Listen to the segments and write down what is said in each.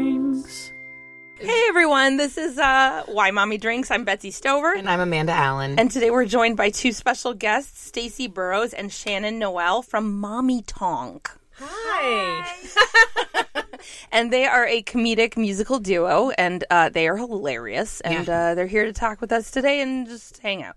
drinks. Hey everyone, this is uh, Why Mommy Drinks. I'm Betsy Stover, And I'm Amanda Allen. and today we're joined by two special guests, Stacy Burrows and Shannon Noel from Mommy Tonk. hi. And they are a comedic musical duo, and uh, they are hilarious. And uh, they're here to talk with us today and just hang out.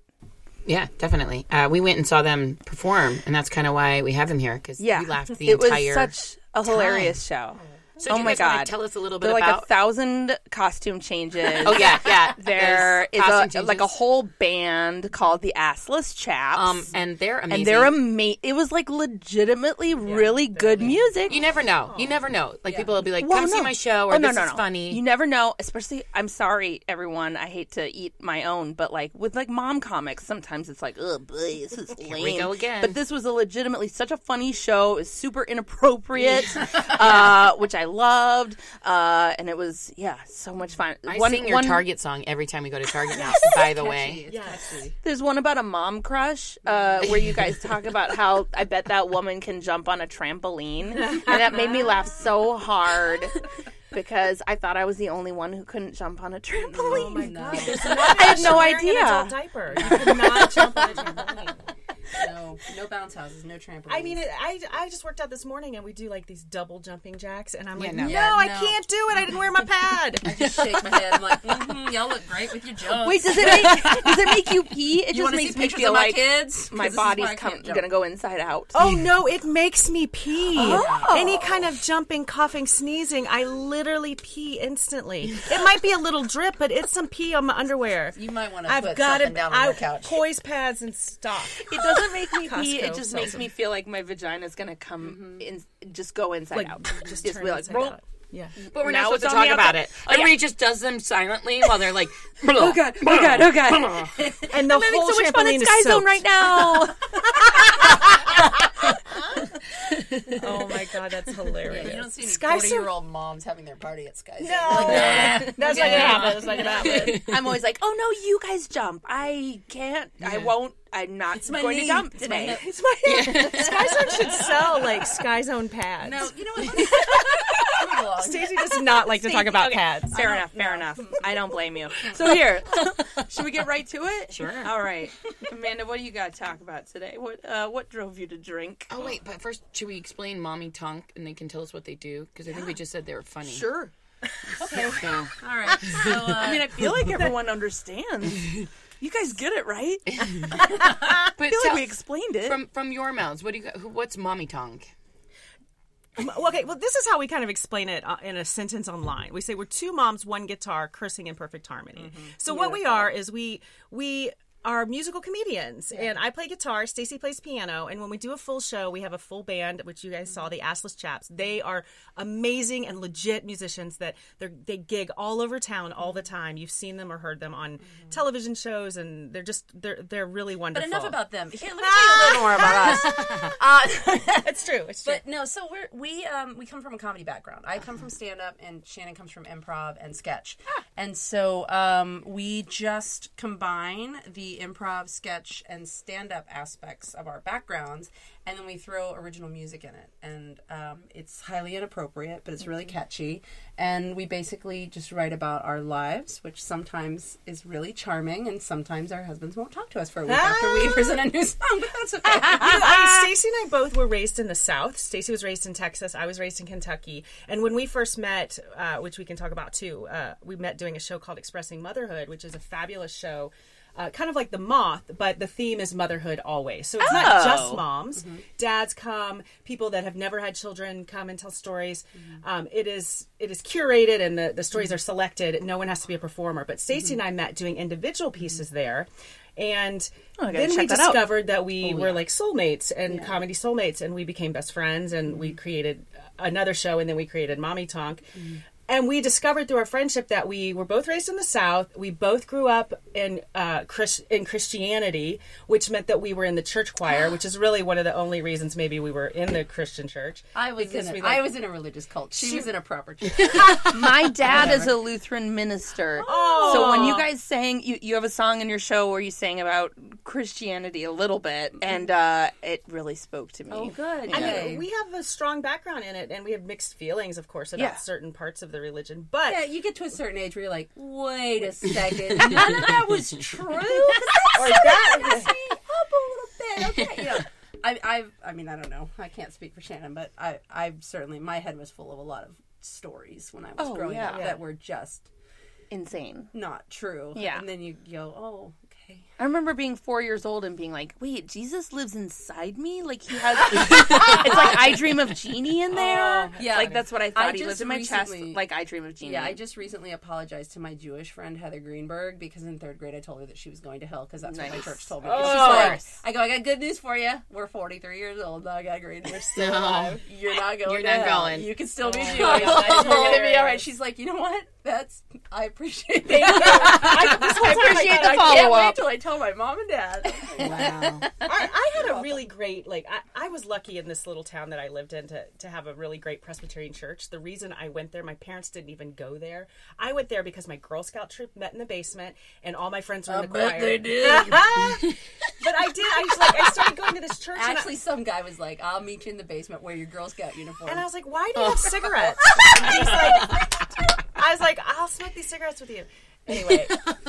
Yeah, definitely. Uh, we went and saw them perform, and that's kind of why we have them here because Yeah, we laughed the it entire. was such a hilarious show. So do oh you my guys wanna god! tell us a little bit They're like about- a thousand costume changes. oh yeah, yeah. There There's is costume a, changes. like a whole band called the Assless Chaps. Um, and they're amazing. and they're amazing. It was like legitimately really good music. You never know. You never know. Like people will be like, Oh. Well, "Come see no. my show," or Oh, no, "This no, is no. funny." You never know, especially. I'm sorry, everyone. I hate to eat my own, but like with like mom comics, sometimes it's like, oh, this is lame. we go again. But this was a legitimately such a funny show. It's super inappropriate, uh, which I loved, uh, and it was yeah, so much fun. I sing your Target song every time we go to Target now. by the way, There's one about a mom crush uh, where you guys talk about how I bet that woman can jump on a trampoline. And that made me laugh so hard because I thought I was the only one who couldn't jump on a trampoline. Oh I had no idea. diaper. You could not jump on a trampoline. No, no bounce houses, no trampolines. I mean, it, I I just worked out this morning and we do like these double jumping jacks, and I'm like, no. no, Yeah, I no. can't do it. I didn't wear my pad. just shake my head. I'm like, mm-hmm, y'all look great with your jokes. Wait, does it make does it make you pee? It just you want to see makes me pictures feel of my like kids? 'Cause my this is why body's I com- can't jump. gonna go inside out. oh no, it makes me pee. Oh. Any kind of jumping, coughing, sneezing, I literally pee instantly. It might be a little drip, but it's some pee on my underwear. You might want to I've put got something to down on I my couch. poise pads and stock. It doesn't make me pee. It Costco just sells makes them. me feel like my vagina's gonna come in, just go inside Like out. just be turn like, inside out. "Roll." Yeah. but we're Now not supposed to it's on talk the Oh, about outside. it. Everybody just does them silently while they're like, "Oh god, Oh god! Oh god! And the having whole so much fun trampoline in is Sky Zone soaked. right now. Oh my god, that's Yeah, hilarious. you don't see any Sky Zone- forty-year-old moms having their party at Sky. No, that's not gonna happen. That's not gonna happen. I'm always like, oh no, you guys jump. I can't. I won't. I'm not my going to knee. jump It's my today. hip. It's my Sky Zone should sell like Sky Zone pads. No, Oh, you know what? Let's move along. Stacey does not like to talk about pads. Fair enough. Fair enough. I don't blame you. So here, should we get right to it? Sure. All right, Amanda, what do you got to talk about today? What uh, What drove you to drink? Oh wait, but first, should we explain Mommy Tonk, and they can tell us what they do? Because I think we just said they were funny. Sure. So, All right. So, uh, I mean, I feel like everyone understands. You guys get it, right? I but feel like tell- we explained it. from from your mouths, what do you? Who, what's Mommy Tonk? Um, Okay, well, this is how we kind of explain it uh, in a sentence online. We say we're two moms, one guitar, cursing in perfect harmony. So what we are is we we are musical comedians, and I play guitar, Stacy plays piano, and when we do a full show, we have a full band, which you guys saw, the Assless Chaps. They are amazing and legit musicians that they they gig all over town all the time. You've seen them or heard them on television shows, and they're just they're they're really but wonderful. enough about them. Here, let me tell you Ah. a little more about us. it's true. It's true. But no, so we're, we um, we come from a comedy background. I come from stand up, and Shannon comes from improv and sketch. And so um, we just combine the improv, sketch, and stand up aspects of our backgrounds, and then we throw original music in it. And um, it's highly inappropriate, but it's really catchy. And we basically just write about our lives, which sometimes is really charming, and sometimes our husbands won't talk to us for a week after we present a new song. But that's okay. I mean, Stacy and I both were raised in the South. Stacy was raised in Texas. I was raised in Kentucky. And when we first met, uh, which we can talk about too, uh, we met doing a show called Expressing Motherhood, which is a fabulous show. Uh, kind of like the moth, but the theme is motherhood always. So it's not just moms. Dads come, people that have never had children come and tell stories. Um, it is it is curated, and the, the stories are selected. No one has to be a performer. But Stacy and I met doing individual pieces there, and then we check that out. discovered discovered that we were like soulmates and comedy soulmates, and we became best friends. And we created another show, and then we created Mommy Tonk. And we discovered through our friendship that we were both raised in the South. We both grew up in uh, Chris- in Christianity, which meant that we were in the church choir, which is really one of the only reasons maybe we were in the Christian church. I was Because in a, we I like- was in a religious cult. She, was in a proper church. My dad is a Lutheran minister. So when you guys sang, you, you have a song in your show where you sang about Christianity a little bit, and uh, it really spoke to me. good. I mean, we have a strong background in it, and we have mixed feelings, of course, about Yeah. certain parts of the religion, but Yeah, you get to a certain age where you're like, wait a second, none of that was true. or that up a little bit. Okay, you know, I, I, I mean, I don't know. I can't speak for Shannon, but I, I certainly my head was full of a lot of stories when I was Oh, growing yeah. up that were just Insane. not true. Yeah. and then you go, oh, okay. I remember being four years old and being like, wait, Jesus lives inside me? Like, he has. it's like I dream of Genie in there. yeah. Like, that's what Oh, I thought. I he lives just in my recently- chest. Like, I dream of Genie. Yeah, I just recently apologized to my Jewish friend Heather Greenberg because in third grade I told her that she was going to hell because that's what my Nice. church told me. She's Of like, course. I go, I got good news for you. We're 43 years old. Now I got green. We're still No. Oh. alive. You're not going. You're to not hell. going. You can still be Jewish. You're that's gonna be all right. hilarious. She's like, you know what? That's I appreciate that. I appreciate the I can't follow wait up. till I tell my mom and dad. Wow. I, I had a really great like I, I was lucky in this little town that I lived in to, to have a really great Presbyterian church. The reason I went there, my parents didn't even go there. I went there because my Girl Scout troop met in the basement and all my friends were in the choir. did. But I did. I was like I started going to this church and I- Actually, some guy was like, "I'll meet you in the basement. Wear your Girl Scout uniform." And I was like, why Oh. do you have cigarettes? And he's like, I was like, I'll smoke these cigarettes with you. Anyway,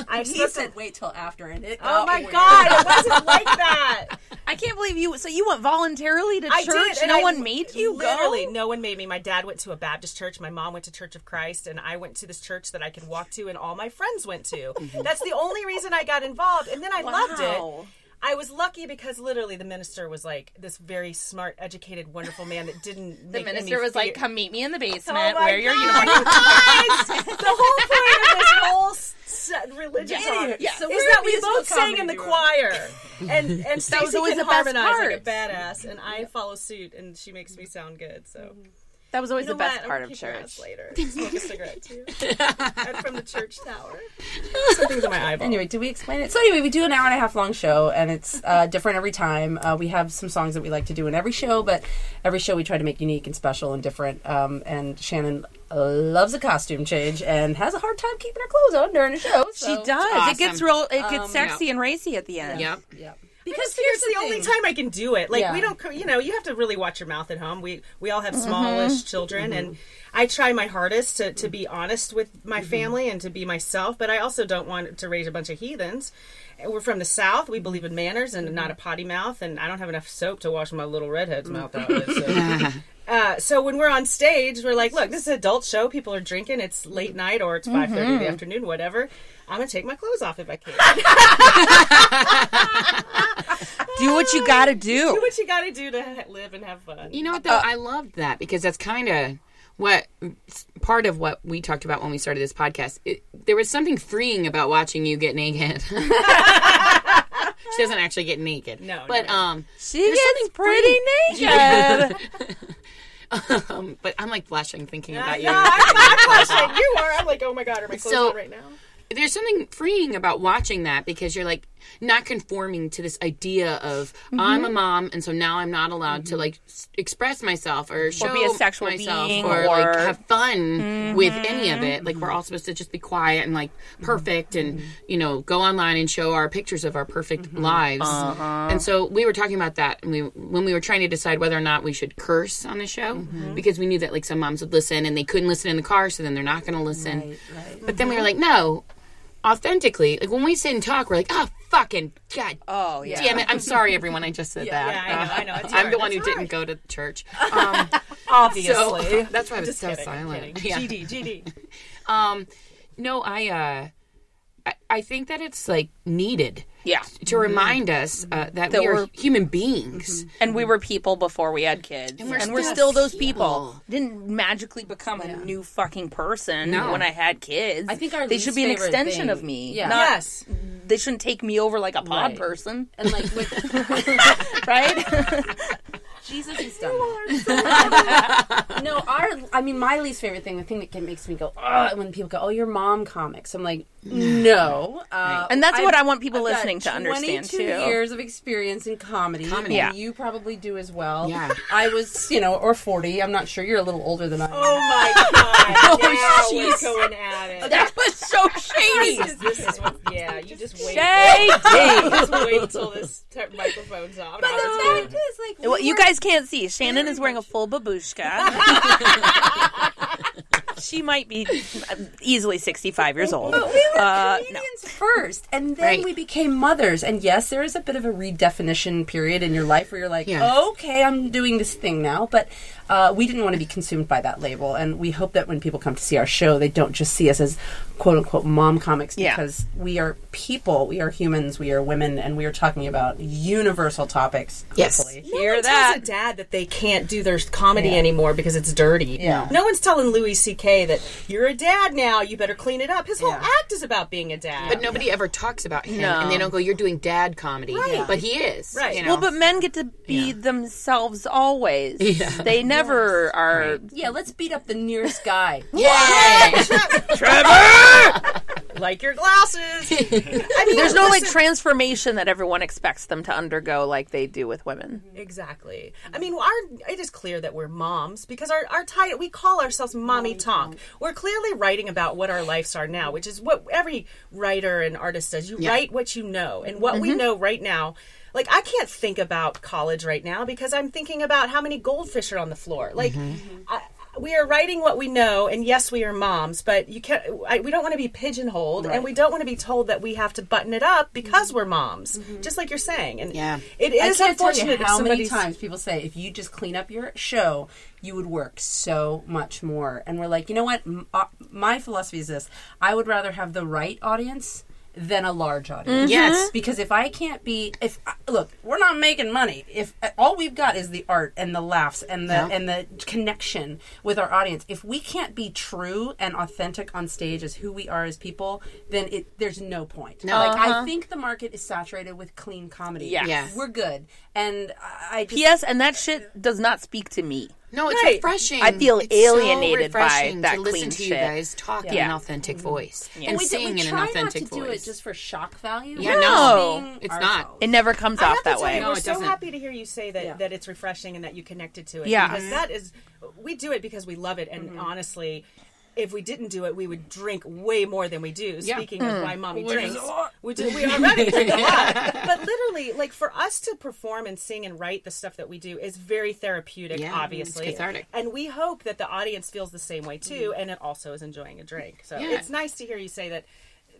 I he smoked said, them. "Wait till after," and it. got Oh my weird. god, it wasn't like that. I can't believe you. So, you went voluntarily to I church? did, and no I one made you literally, go? No one made me. My dad went to a Baptist church. My mom went to Church of Christ, and I went to this church that I could walk to, and all my friends went to. That's the only reason I got involved, and then I loved Mm-hmm. Wow. it. I was lucky because literally the minister was like this very smart, educated, wonderful man that didn't. The minister was like, come meet me in the basement. Oh my Wear your God. uniform. the whole point of this whole s- s- religious Yeah. honor Yeah. So is we're that a we musical both sang in comedy the duo. choir, and and Stacey was always can the best harmonize like a part. badass, and I follow suit, and she makes me sound good. So That was always You know the best what? I'm part gonna of keep your ass church. Later, smoke a cigarette too, and from the church tower. Something's in my eyeball. Anyway, do we explain it? So anyway, we do an hour and a half long show, and it's uh, different every time. Uh, we have some songs that we like to do in every show, but every show we try to make unique and special and different. Um, and Shannon loves a costume change and has a hard time keeping her clothes on during a show. She so- does. It gets Awesome. real. It gets sexy and racy at the end. Yep. Yeah. because here's the, only time I can do it. Like Yeah. we don't, co- you know, you have to really watch your mouth at home. We we all have smallish children, and I try my hardest to, to be honest with my family and to be myself. But I also don't want to raise a bunch of heathens. And We're from the south. We believe in manners and not a potty mouth. And I don't have enough soap to wash my little redhead's mouth out with. So. Uh, so when we're on stage, we're like, "Look, this is an adult show. People are drinking. It's late night, or it's five in the afternoon, whatever. I'm gonna take my clothes off if I can." Do what you gotta do. what you gotta do to ha- live and have fun. You know what though? Uh, I loved that because that's kind of what part of what we talked about when we started this podcast. It, there was something freeing about watching you get naked. she doesn't actually get naked. No, but no. um, She gets pretty naked. um, but I'm like blushing thinking about No, you. I'm, I'm blushing. You are. I'm like, oh my god, are my clothes So- on right now? there's something freeing about watching that because you're like not conforming to this idea of I'm Mm-hmm. a mom and so now I'm not allowed to like s- express myself or show be a sexual myself being or, or- Mm-hmm. like have fun with any of it. Like we're all supposed to just be quiet and like perfect and you know go online and show our pictures of our perfect Mm-hmm. lives. Uh-huh. And so we were talking about that and we when we were trying to decide whether or not we should curse on the show Mm-hmm. because we knew that like some moms would listen and they couldn't listen in the car so then they're not going to listen. But then we were like, Mm-hmm. no, authentically, like when we sit and talk, we're like, oh, fucking god, Oh yeah. damn it, I'm sorry, everyone, I just said that. Uh, yeah, I know, I know. It's I'm the hard. one who It's didn't go to church. Um, so Obviously. that's why I was so silent. Yeah. GD, GD. Um, no, I, uh, I, I think that it's like needed Yeah. to remind us uh, that, we are we're- Mm-hmm. human beings. And we were people before we had kids, and we're we're, still, still those people. people. Didn't magically become a new fucking person No. when I had kids. I think our they least should be an favorite extension thing- of me. Yeah. Not, Yes. They shouldn't take me over like a pod Right. person, And like with right? Jesus is done. no, our I mean my least favorite thing, the thing that can- makes me go, Ugh, when people go, "Oh, your mom comics." I'm like, "No." Uh, And that's what I want people I've got listening to understand, 22 too. years of experience in comedy. Comedy. Yeah. and You probably do as well. Yeah. I was, you know, or 40. I'm not sure. You're a little older than I am. Oh my god. now we're jeez. going at it. that was so shady. This is, this is what, yeah, you just wait. Shady. Just wait till this t- microphone's off. Now it's The good. fact is, like, we Well, you were- guys can't see. Shannon is wearing a full babushka. she might be uh, easily 65 years old. But we were Uh, no. comedians first, and then Right. we became mothers. And yes, there is a bit of a redefinition period in your life where you're like, Yeah. okay, I'm doing this thing now. But uh, we didn't want to be consumed by that label, and we hope that when people come to see our show, they don't just see us as quote unquote mom comics Yeah. because we are people, we are humans, we are women, and we are talking about universal topics. Yes. hopefully. Hear one that. tells a dad that they can't do their comedy anymore because it's dirty. Yeah. No one's telling Louis C.K. that you're a dad now. You better clean it up. His whole act is about being a dad. But nobody ever talks about him, and they No. don't go, "You're doing dad comedy," but he is. Right. You know? Well, but men get to be themselves always. They never are. Yeah, let's beat up the nearest guy. yeah. like your glasses. I mean, There's no like transformation that everyone expects them to undergo like they do with women. Exactly. I mean, our it is clear that we're moms because our our title we call ourselves mommy talk. We're clearly writing about what our lives are now, which is what every writer and artist does. You write what you know, and what we know right now. Like I can't think about college right now because I'm thinking about how many goldfish are on the floor. Like. I, we are writing what we know, and yes, we are moms, but you can't. I, we don't want to be pigeonholed, and we don't want to be told that we have to button it up because we're moms. Just like you're saying, and Yeah. it is I can't tell you unfortunate if how many somebody's- times people say if you just clean up your show, you would work so much more. And we're like, you know what? M- uh, my philosophy is this: I would rather have the right audience than a large audience. Yes. because if I can't be, if I- look, we're not making money. If uh, all we've got is the art and the laughs and the and the connection with our audience, if we can't be true and authentic on stage as who we are as people, then it there's no point. No. Like I think the market is saturated with clean comedy. Yes. Yeah. We're good. And I I just, Yes, and that shit does not speak to me. No, it's Right. refreshing. I feel It's so alienated by refreshing that to listen clean to you shit. guys talk in an Yeah. authentic voice we, Mm-hmm. and do- sing we in an try authentic not to do it voice. just for shock value. Yeah, We're no. being It's not. ourselves. It never comes I off have to that tell way. You, No, we're it so doesn't. happy to hear you say that Yeah. that it's refreshing and that you connected to it. Yeah. because Mm-hmm. Mhm. that is we do it because we love it, and honestly. If we didn't do it, we would drink way more than we do. Yeah. Speaking of why mommy Which is drinks, a lot. we, do, we already drink a lot. But literally, like for us to perform and sing and write the stuff that we do is very therapeutic. Yeah, it's obviously, cathartic. and we hope that the audience feels the same way too, and it also is enjoying a drink. So Yeah. it's nice to hear you say that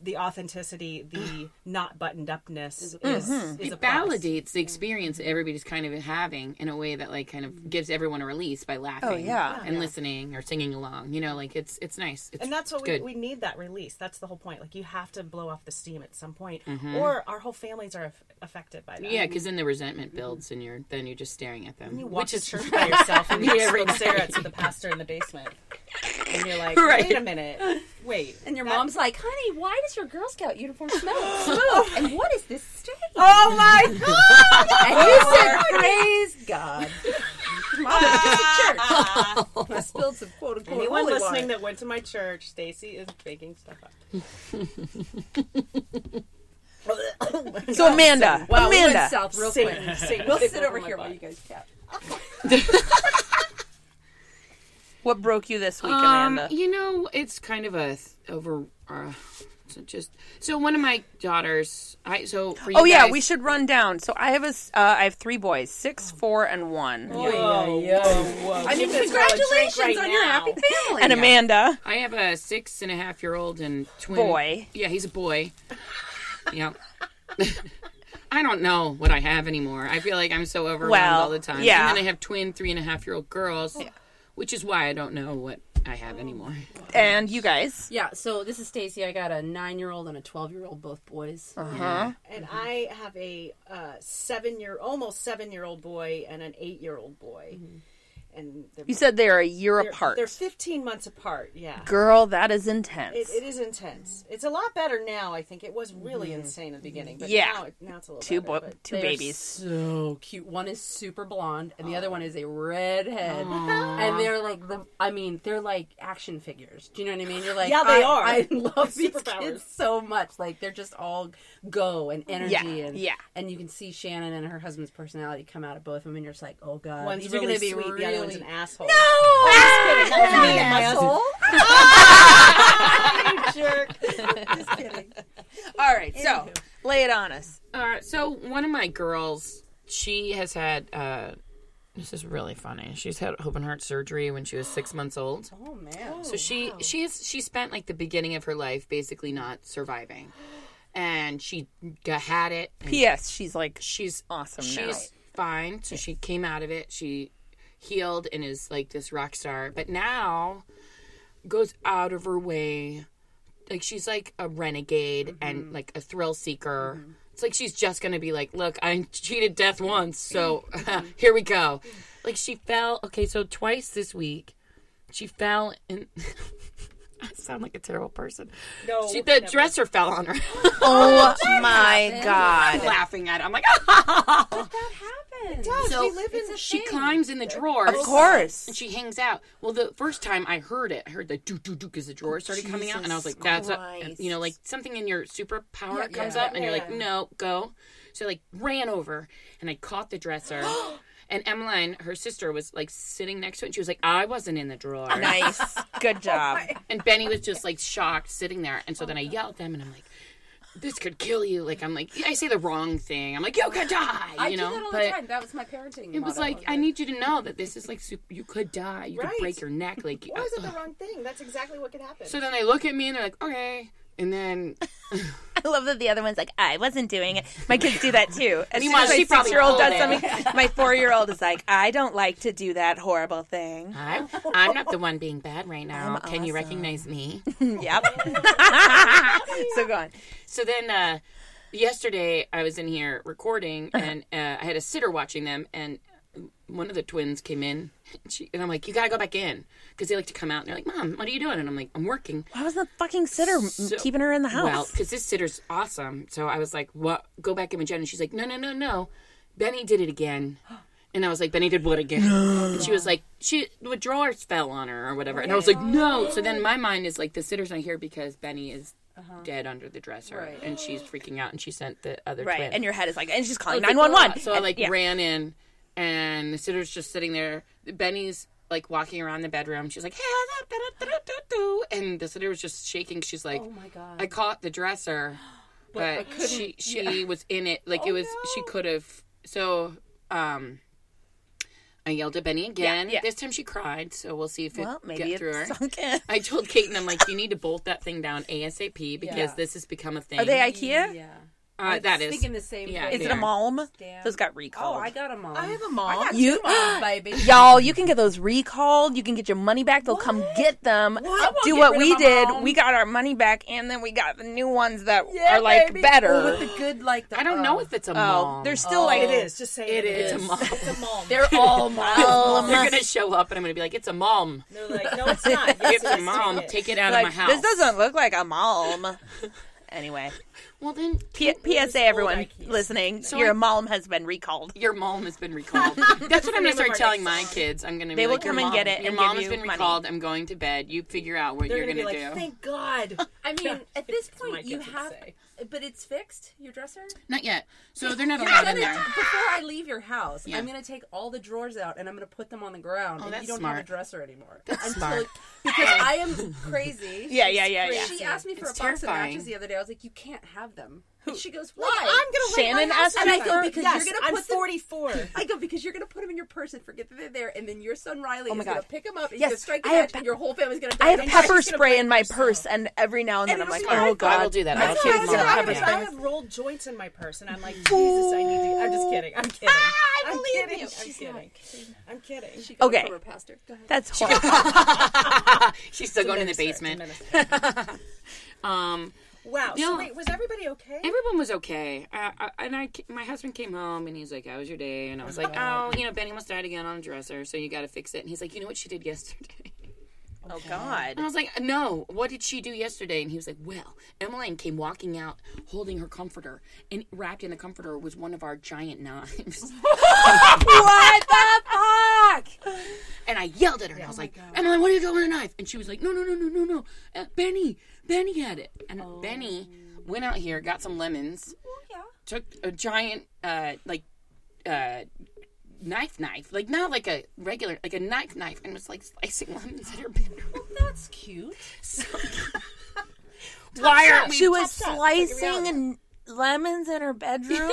the authenticity, the not buttoned upness, is, is a it plus. validates the experience that everybody's kind of having in a way that like kind of gives everyone a release by laughing Oh, yeah. and listening or singing along you know like it's it's nice it's, and that's what it's we, good. we need that release that's the whole point like you have to blow off the steam at some point or our whole families are aff affected by that Mm-hmm. yeah Mm-hmm. because then the resentment builds and you're then you're just staring at them you which walk to is church by yourself and you just go stare at the pastor in the basement and you're like wait a minute wait And your mom's like, honey, why does your Girl Scout uniform smell like smoke? and what is this stain? oh my god and you said, praise God. Mom, it's just a church. I spilled some quote unquote anyone holy listening water. that went to my church stacy is making stuff up So Amanda, Wow, we went Amanda, south real Sing- quick. sing- We'll sing sit over my here while butt. you guys chat. what broke you this week, Um, Amanda? you know, it's kind of a th- over. Uh, so just so one of my daughters. I so for you Oh yeah, guys- we should run down. So I have a, s- uh, I have three boys, six, four, and one, whoa whoa whoa I mean, Give this girl a drink congratulations right on your now. happy family. and Amanda. I have a six and a half year old and twin Boy. Yeah, he's a boy. yeah. I don't know what I have anymore. I feel like I'm so overwhelmed Well, all the time. yeah. And then I have twin three and a half year old girls, which is why I don't know what I have anymore. and you guys. Yeah, so this is Stacy. I got a nine year old and a 12 year old, both boys. and I have a uh, seven year, almost seven year old boy and an eight year old boy, and they're, You said they are a year they're, apart. They're fifteen months apart. Yeah, Girl, that is intense. it, it is intense. It's a lot better now. I think it was really insane at the beginning, but Yeah. now, it- now it's a little two better, bo- but- two They are babies. so cute. One is super blonde, and the other one is a redhead. And they're like, the, I mean, they're like action figures. Do you know what I mean? You're like, Yeah, they I, are. I love these Superpowers. kids so much. Like they're just all go and energy, Yeah, and yeah. And you can see Shannon and her husband's personality come out of both of them, and you're just like, oh god, One's these really are gonna be sweet. really. The other one's an asshole. Oh, No! Ah! Just kidding. That was Not me and my husband. asshole. All right, so lay it on us. Uh, so one of my girls, she has had uh, This is really funny. She's had open heart surgery when she was six months old. Oh man. So she she is she spent like the beginning of her life basically not surviving, and she g- had it. and P.S. She's like, she's Awesome now. She's fine. So she came out of it. She healed and is like this rock star. But now goes out of her way. Like she's like a renegade and like a thrill seeker. It's like she's just gonna be like, look, I cheated death once, so here we go. Like she fell. Okay, so twice this week, she fell in. I sound like a terrible person. No, she, the dresser fell on her. oh my god. I'm laughing at. It. I'm like, "Ah, That happened. so she climbs in the drawers. Of course. And she hangs out. Well, the first time I heard it, I heard the doo doo doo because the drawer started coming out, and I was like, "That's a, Christ. you know, like something in your superpower comes up," and you're like, "No, go." So I, like ran over, and I caught the dresser. And Emmeline, her sister, was like sitting next to it. And she was like, "I wasn't in the drawer." Nice. Good job. And Benny was just like shocked, sitting there. And so then I yelled at them, and I'm like, "This could kill you!" Like I'm like, I say the wrong thing. I'm like, "You could die," you know. I do that all but the time. That was my parenting. it was like, I need you to know that this is like, sup- you could die. You Right. could break your neck. Like, Why is it the ugh. wrong thing? That's exactly what could happen. so then they look at me and they're like, okay. And then, I love that the other one's like, I wasn't doing it. My kids do that too. As soon Meanwhile, as my she probably six-year-old does rolled something, my four-year-old is like, I don't like to do that horrible thing. I'm, I'm not the one being bad right now. Can you recognize me? Yep. so go on. so then, uh, yesterday I was in here recording Uh-huh. and uh, I had a sitter watching them and one of the twins came in and, she, and I'm like, you got to go back in. Because they like to come out and they're like, mom, what are you doing? And I'm like, I'm working. Why was the fucking sitter m So- keeping her in the Well, house? because this sitter's awesome. So I was like, "What? Go back in with Jen." And she's like, "No, no, no, no. Benny did it again." And I was like, "Benny did what again?" and she was like, "She the drawers fell on her or whatever." And I was like, "No." So then my mind is like, "The sitter's not here because Benny is Uh-huh. dead under the dresser, and she's freaking out." And she sent the other right. twin. And your head is like, and she's I calling was like, 911. "Oh." So I And- like yeah. ran in, and the sitter's just sitting there. Benny's like walking around the bedroom. She's like, "Hey, da, da, da, da, da, da," and the sitter was just shaking. She's like, "Oh my god!" I caught the dresser, but, she she was in it. Oh, Like it was she could have. So um, I yelled at Benny again. yeah. This time she cried. So we'll see if Well, it maybe get through her. it's sunk in. I told Kate and I'm like, you need to bolt that thing down ASAP because this has become a thing. Are they IKEA? Yeah. uh, that is Thinking the same. Yeah, thing. Is it There. a malm? Damn. Those got Oh, recalled. I got a mom. I have a mom. you, baby. y'all, you can get those recalled. You can get your money back. They'll come get them. I won't Do get what rid we of my did. mom. We got our money back, and then we got the new ones that Yeah, are like baby. better. Well, with the good like the I don't uh, know if it's a oh, mom. they're still like It is. Just say it, It's a mom. It's a mom. They're all moms. Mom. They're gonna show up, and I'm gonna be like, "It's a mom. They're like, no, it's not. Yes, It's a yes, mom. it. Take it out like, of my house." This doesn't look like a malm. anyway, well, then P- PSA, old everyone Ikes. listening, your malm has been recalled. your mom has been recalled. That's what I'm gonna start our telling next my kids. I'm gonna. Be They will like, "Your come and mom- get it Your and mom give has you been money." recalled. I'm going to bed. You figure out what They're you're gonna gonna, be like, do. thank God. I mean, at this my point, you kids would have, say. but it's fixed. Your dresser. Not yet. So they're not allowed Then in it- there. Before I leave your house, Yeah. I'm gonna take all the drawers out and I'm gonna put them on the ground, and that's you don't have smart. a dresser anymore. smart. Because I am crazy. Yeah, yeah, yeah, yeah. She asked me for It's a box terrifying. of matches the other day. I was like, "You can't have them." And she goes, "Why?" gonna Shannon asked and me I go for. because Yes, you're gonna I'm put them- 44. I go because you're gonna put them in your purse and forget that they're there, and then your son Riley is God. gonna pick them up. And Yes, he's gonna strike the I have match, and your whole family's gonna. I die. have And pepper she's gonna spray blame in my herself. purse, and every now and then And I'm like, it'll oh survive. god, I will do that. My I'll That's kids what I was love about, pepper because spray. I have rolled joints in my purse, and I'm like, Jesus, I need to. I'm just kidding. I'm kidding. I am kidding. I'm kidding. I'm kidding. She goes Okay. for her pastor. Go ahead. That's horrible. She's still going in the Minister, basement. minister. Um, Wow. No. So wait, was everybody okay? everyone was okay. I, I, and I, ca- my husband came home and he's like, "How was your day?" And I was like, "Oh, you know, Benny almost died again on the dresser, so you got to fix it." And he's like, "You know what she did yesterday?" Oh god. And I was like, no, what did she do yesterday? And he was like, well, Emmeline came walking out holding her comforter, and wrapped in the comforter was one of our giant knives. what the fuck? and I yelled at her, and I was like, Emmeline, what are you doing with a knife? And she was like, no, no, no, no, no, no. Uh, Benny, Benny had it. And Benny went out here, got some lemons, Yeah. took a giant, uh, like, uh, knife knife like not like a regular like a knife knife and was like slicing lemons at her bedroom That's cute. why aren't we She was slicing lemons in her bedroom.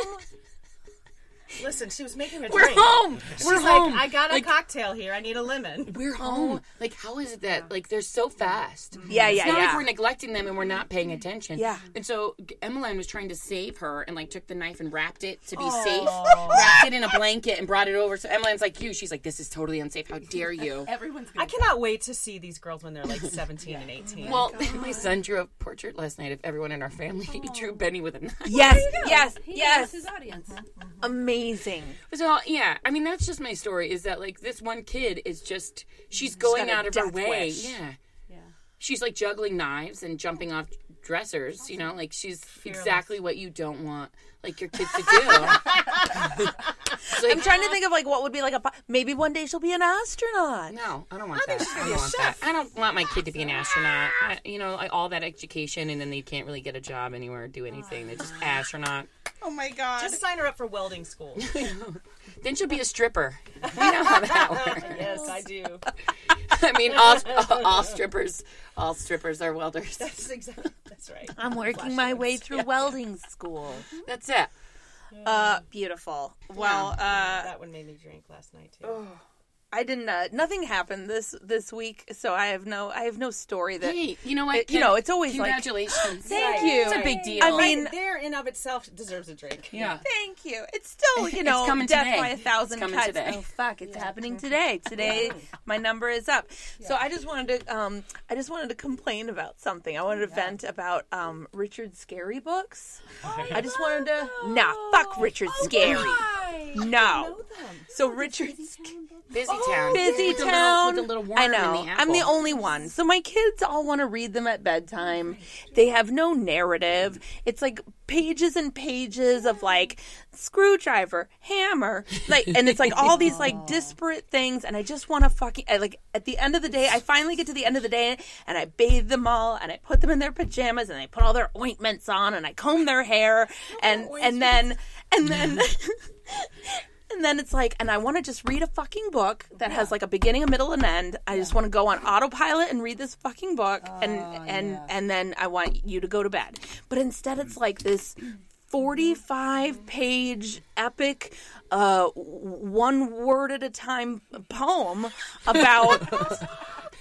Listen, she was making a We're drink. home. We're She's home. like, I got a Like, cocktail here. I need a lemon. We're home. Like, how is it that like they're so fast? Yeah, It's yeah, not like yeah. we're neglecting them and we're not paying attention. Yeah. And so G- Emmeline was trying to save her and like took the knife and wrapped it to be safe, wrapped it in a blanket and brought it over. So Emmeline's like, "You." She's like, "This is totally unsafe. How dare you?" Everyone's I gonna. cannot wait to see these girls when they're like 17 and 18. Well, my son drew a portrait last night of everyone in our family. He drew Benny with a knife. Yes, yes, He knows yes. his audience. Amazing. So yeah, I mean that's just my story. Is that like this one kid is just she's going got a out of her death way. wish. Yeah. She's like juggling knives and jumping off dressers. You know, like she's exactly what you don't want like your kids to do. It's like, I'm trying Uh-huh. to think of like what would be like a po- maybe one day she'll be an astronaut. no, I don't want that. I don't want that. I don't want my kid to be an astronaut. I, you know, I, all that education, and then they can't really get a job anywhere or do anything. They're just Ah. astronaut. Oh my god. just sign her up for welding school. Then she'll be a stripper. You know how that works. yes, I do. I mean, all, all strippers, all strippers are welders. That's exactly. That's right. I'm working my way through welding school. That's it. Uh, beautiful. Well, uh, That one made me drink last night too. I didn't. Uh, nothing happened this this week, so I have no. I have no story that. Hey, you know what? It- you know, it's always like- congratulations. Thank Right. you. It's a big deal. I mean, And there, in of itself, deserves a drink. yeah. thank you. It's still you It's know coming death today. by a thousand It's coming cuts. today. Oh fuck! It's happening today. Today, my number is up. So I just wanted to. Um, I just wanted to complain about something. I wanted to vent about um Richard Scary books. I just wanted to. Nah, fuck Richard Scary. No. So Richard Busy town. busy With the little- town. with the little worm I know. in the I'm the apple. only one. So my kids all want to read them at bedtime. They have no narrative. It's like pages and pages of like screwdriver, hammer, like and it's like all these like disparate things and I just want to fucking I, like at the end of the day I finally get to the end of the day and I bathe them all and I put them in their pajamas and I put all their ointments on and I comb their hair and and then and then and then it's like, and I want to just read a fucking book that has like a beginning, a middle, and end. I just want to go on autopilot and read this fucking book, and and and then I want you to go to bed. But instead, it's like this forty-five page epic, uh, one word at a time poem about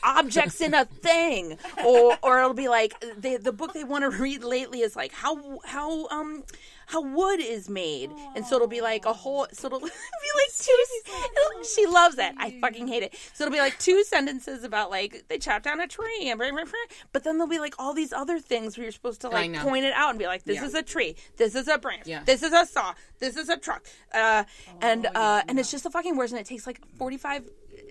objects in a thing or or it'll be like the the book they want to read lately is like how how um how wood is made and so it'll be like a whole so it'll be like two it'll- she loves it i fucking hate it so it'll be like two sentences about like they chop down a tree and blah, blah, blah. but then there'll be like all these other things where you're supposed to like know. point it out and be like this is a tree this is a branch Yeah. Oh, this is a saw this is a truck uh and uh and it's just the fucking words and it takes like 45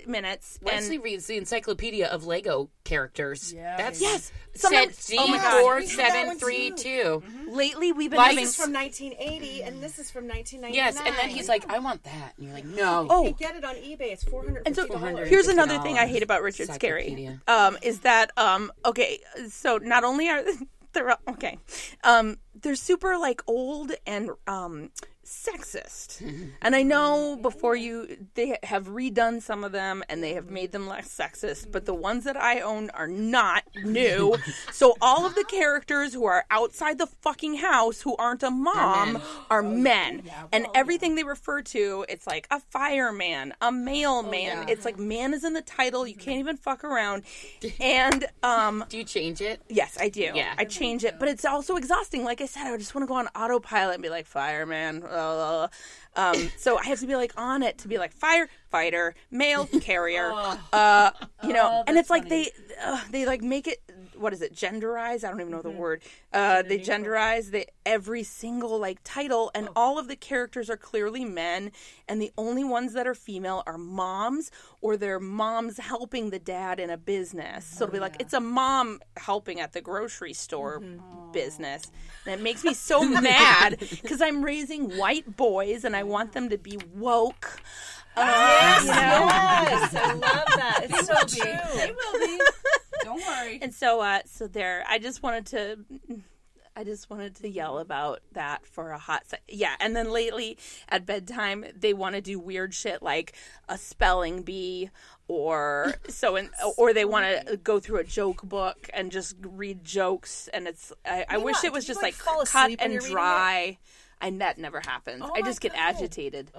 minutes and Leslie reads the encyclopedia of Lego characters. Yeah. That's Yes. Said Sometimes- Z oh my God. four We had that seven one three too. two. Mm-hmm. lately we've been Lights having This is from 1980, and this is from 1999. Yes, and then he's like, "I want that," and you're like, "No." You Oh, can get it on eBay. It's 400. and so $450. here's another thing I hate about Richard Scarry. Encyclopedia. Um, is that um okay? So not only are they're okay, um, they're super like old and um sexist, and I know before you they have redone some of them and they have made them less sexist, but the ones that I own are not new. so all of the characters who are outside the fucking house who aren't a mom are men, and everything they refer to, it's like a fireman, a mailman. It's like man is in the title. You can't even fuck around, and um. Do you change it? Yes, I do. Yeah. I change it, but it's also exhausting. Like I said, I just want to go on autopilot and be like fireman. blah, blah, blah. Um, so I have to be like on it to be like firefighter, mail carrier, uh, you know. and it's like they uh, they like make it. What is it? Genderize? I don't even know the word. Uh, they genderize the, every single like title, and all of the characters are clearly men, and the only ones that are female are moms or their moms helping the dad in a business. So it'll be like it's a mom helping at the grocery store business. And it makes me so mad because I'm raising white boys and I want them to be woke. Uh, you know? yes, I love that. It's so true. They will be. Don't worry. And so, uh, so there. I just wanted to, I just wanted to yell about that for a hot sec. Yeah, and then lately at bedtime they want to do weird shit like a spelling bee, or so, in, or they want to go through a joke book and just read jokes. And it's, I, I wish what? it was Do you, just like, like, fall cut asleep when and you're reading it? Oh dry. and that never happens. I my just get God. agitated.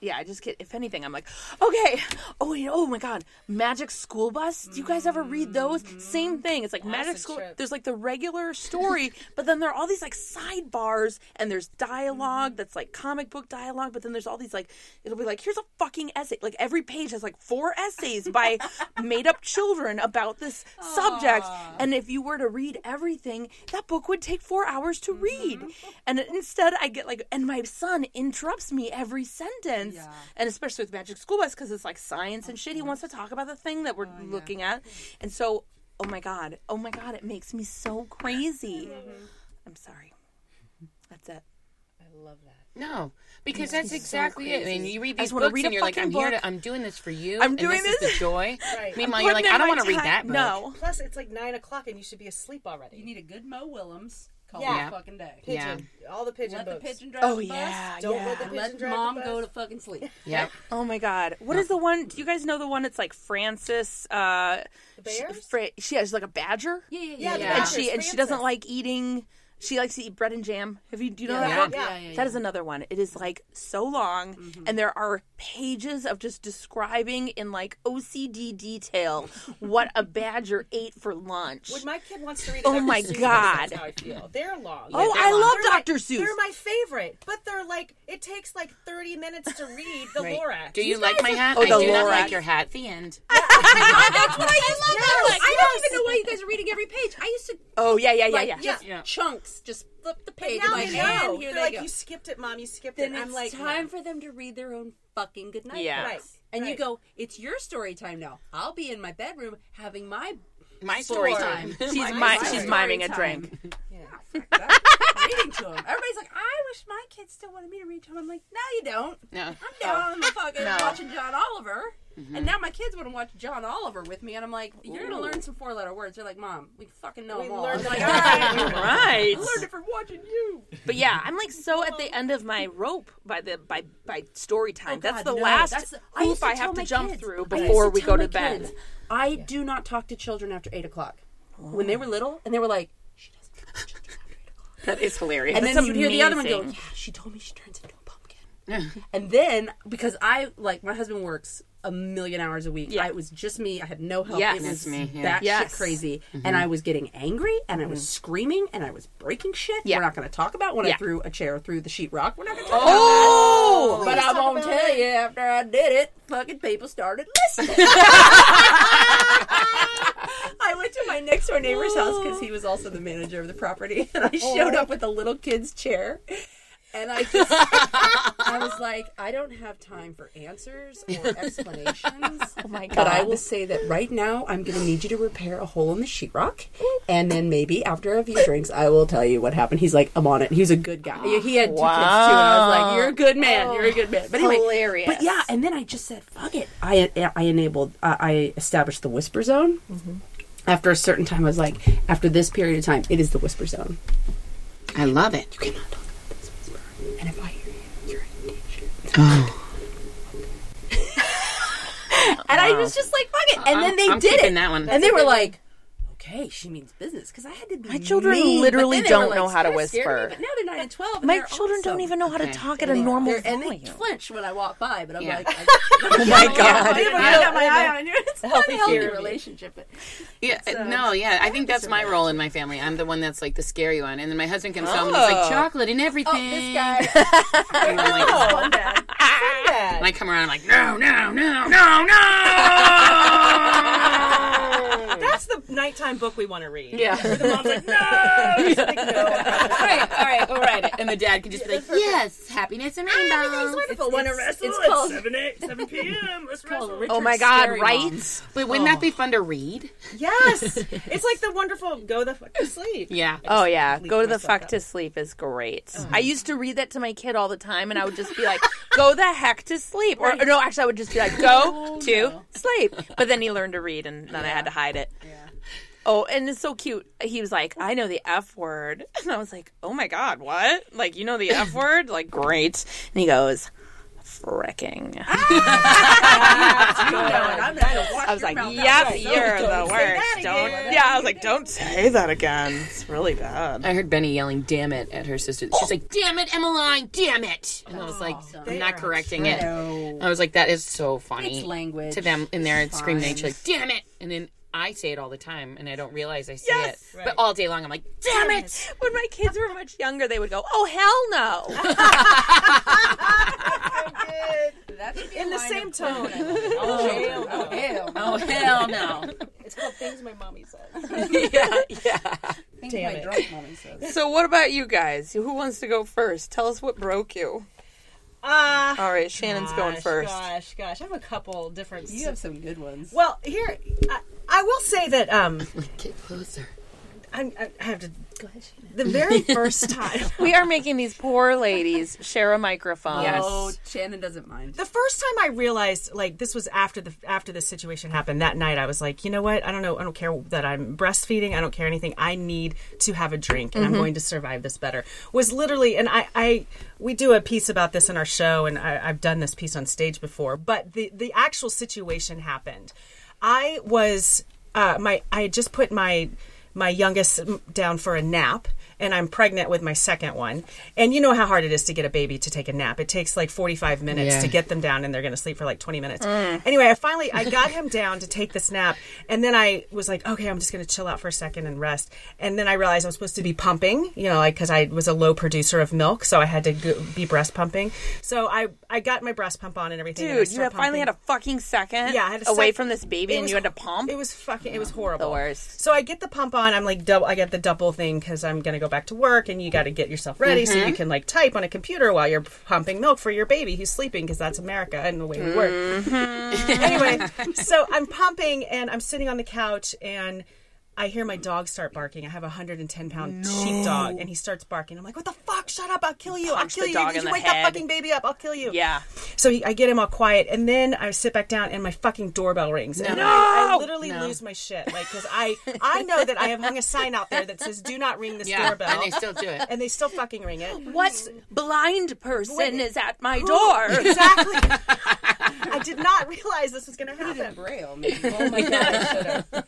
Yeah, I just get. If anything, I'm like, okay. Oh, wait, oh my God, Magic School Bus. Do you guys ever read those? Same thing. It's like Magic Acid School. trip. There's like the regular story, but then there are all these like sidebars, and there's dialog that's like comic book dialogue, but then there's all these like it'll be like here's a fucking essay. Like every page has like four essays by made up children about this subject, and if you were to read everything, that book would take four hours to read, and instead I get like, and my son interrupts me every sentence Yeah. and especially with Magic School Bus because it's like science and shit. He wants to talk about the thing that we're looking at, and so oh my god, oh my god, it makes me so crazy. I'm sorry. That's it. I love that. No, because that's exactly it. I mean, you read I these just wanna books read a and you're like, fucking I'm here book. to, I'm doing this for you. I'm and doing this. this. Is the joy. Right. Meanwhile, you're like, I don't want to read that book. No. Plus, it's like nine o'clock and you should be asleep already. You need a good Mo Willems. Call Yeah. it a fucking day. Pigeon. All the pigeon Let the books. pigeon drive Oh the bus. yeah, Don't yeah. let the pigeon Let drive the mom bus. go to fucking sleep. Yep. Oh my god. What is the one? Do you guys know the one? It's like Francis. Uh, sh- bears? Fra- she has like a badger. Yeah, yeah, Yeah, yeah. the yeah. and badger. she and Francis. she doesn't like eating. She likes to eat bread and jam. Have you do you know that Yeah. one? Yeah, yeah, That is another one. It is like so long, and there are pages of just describing in like OCD detail what a badger ate for lunch. When my kid wants to read, Oh Dr. my Seuss book, God. that's how I feel. They're long. oh, they're I long. love They're like- Dr. Seuss. They're my favorite, but they're like it takes like thirty minutes to read the Right. Lorax. Do you, like my hat? Oh, I the do not Lorax. like your hat. The end. That's what I used to do. I don't even know why you guys are reading every page. I used to oh yeah, yeah, yeah, like yeah. just Yeah. chunks, just flip the page. now like, they know. and here They're they like, go. you skipped it, mom. You skipped then it. it's I'm like, time for them to read their own fucking goodnight Yeah. books. Right, And you right. go, it's your story time now. I'll be in my bedroom having my My story time. She's My mi- she's story miming a time. drink. fuck that. reading to them. Everybody's like, I wish my kids still wanted me to read to them. I'm like, no, you don't. No. I'm down on the fucking watching John Oliver. Mm-hmm. And now my kids want to watch John Oliver with me, and I'm like, "You're gonna learn some four-letter words." They're like, "Mom, we fucking know we them all." I'm learned like, like, "All right, Right. I learned it from watching you." But yeah, I'm like so at the end of my rope by the by by story time. that's Oh, God, the no. last That's- hoop used I, tell have my to jump kids- through I used before to we tell go my to bed. kids, I do not talk to children after eight o'clock. When they were little, and they were like, she doesn't talk to children after eight o'clock. That is hilarious. And That's then you would hear the other one go, amazing. yeah, she told me she turns into a pumpkin. and then because I like my husband works a million hours a week. Yeah. I, it was just me. I had no help. Yes. It was That's me, yeah. that Yes. Mm-hmm. shit crazy. And I was getting angry and I was screaming and I was breaking shit. Yeah. We're not gonna talk about when Yeah. I threw a chair through the sheetrock. We're not gonna talk Oh, about But I won't tell you after I did it, fucking people started listening. I went to my next door neighbor's house because he was also the manager of the property, and I Oh, showed up with a little kid's chair. And I just, I was like, I don't have time for answers or explanations. Oh my But I God. will say that right now, I'm going to need you to repair a hole in the sheetrock, and then maybe after a few drinks, I will tell you what happened. He's like, I'm on it. He's a good guy. He- He had two kids too, and I was like, You're a good man. You're a good man. But anyway, Oh, hilarious. But yeah, and then I just said, Fuck it. I I enabled. I I established the whisper zone Mm-hmm. after a certain time, I was like, after this period of time, it is the whisper zone. I love it. You cannot talk about this whisper. And if I hear you, you're in danger. Oh. and I was just like, fuck it. And then I'm- they I'm did keeping it. that one. And they were like, okay, she means business. Because I had to be. My children literally don't know how to whisper. But now they're 9 and 12. And My they're children awesome. don't even know how to Okay. talk at a normal They're, and they volume. flinch when I walk by, but I'm Yeah. like, oh my God. I, got my eye on you. It's not a healthy fear. relationship, but Yeah, uh, no, yeah. I think that's my role in my family. I'm the one that's like the scary one, and then my husband comes home and he's like chocolate and everything. Oh. this guy. And, I'm like- one dad. and I come around, I'm like, no, no, no, no, no. that's the nighttime book we want to read. yeah. The mom's like, no. She's like, no. all right, all right, all right. And the dad could just be like, yes, happiness and rainbows. People want to wrestle it's at called- 7, 8, 7 p.m. Let's wrestle. Oh my God! right? But wouldn't Oh. that be fun to read? Yes. It's like the wonderful go the fuck to sleep. Yeah. Oh yeah, go to the myself Uh-huh. fuck to sleep is great. I used to read that to my kid all the time, and I would just be like, "Go the heck to sleep," or, or no, actually, I would just be like, "Go Oh, to sleep." But then he learned to read, and then I had to hide it. Oh, and it's so cute. He was like, I know the F word. And I was like, oh my God, what? Like, you know the F word? Like, great. And he goes, fricking. Ah, You know, and I'm not gonna watch Oh I was like, yep, you're the worst. Don't. Yeah, I was like, don't say that again. It's really bad. I heard Benny yelling "damn it" at her sister. She's like, "Damn it, Emmeline! Damn it!" And I was like, Oh. "I'm not correcting it." I was like, "That is so funny." Mm, It's language. to them in their It's scream fine. nature, like, "Damn it!" And then I say it all the time, and I don't realize I say Yes. it. But all day long, I'm like, "Damn it!" When my kids were much younger, they would go, "Oh hell no!" in the same tone. Oh, hell, oh, hell, oh, hell no. It's called Things My Mommy Says. yeah, yeah. Things my drunk mommy says. so what about you guys? Who wants to go first? Tell us what broke you. Ah, All right, Shannon's going gosh, first. Gosh, gosh, I have a couple different. You have some good ones. well, here I, I will say that um, Get closer. I'm, I, I have to go ahead. The very first time, We are making these poor ladies share a microphone. Yes. Oh, Shannon doesn't mind. the first time I realized, like, this was after the after this situation happened. That night, I was like, you know what? I don't know. I don't care that I'm breastfeeding. I don't care anything. I need to have a drink, and I'm going to survive this better. Was literally, and I, I, we do a piece about this in our show, and I, I've done this piece on stage before. But the the actual situation happened. I was uh, my I had just put my my youngest m- down for a nap and I'm pregnant with my second one. And you know how hard it is to get a baby to take a nap. It takes like 45 minutes Yeah. to get them down and they're going to sleep for like 20 minutes. Mm. Anyway, I finally I got him down to take this nap and then I was like, "Okay, I'm just going to chill out for a second and rest." And then I realized I was supposed to be pumping, you know, like cuz I was a low producer of milk, so I had to go, be breast pumping. So I I got my breast pump on and everything. and I Dude, you start have finally had pumping. a fucking second Yeah, I had a away sec- from this baby It and was you had to hor- pump? It was fucking. It was horrible. The worst. So I get the pump on. I'm like double. I get the double thing because I'm gonna go back to work, and you got to get yourself ready so Mm-hmm. you can like type on a computer while you're pumping milk for your baby who's sleeping because that's America and the way we work Mm-hmm. anyway, so I'm pumping and I'm sitting on the couch and I hear my dog start barking. I have a 110 pound sheepdog and he starts barking. I'm like, what the fuck? Shut up. I'll kill you. Punch the I'll kill dog you. in You the wake head. that fucking baby up. I'll kill you. Yeah. So he, I get him all quiet and then I sit back down and my fucking doorbell rings. And I, I literally lose my shit. Like, because I, I know that I have hung a sign out there that says, do not ring this Yeah, doorbell. and they still Oh do it. And they still fucking ring it. What blind person is at my door? Exactly. I did not realize this was going to happen. Braille, man. Oh my god, I should have.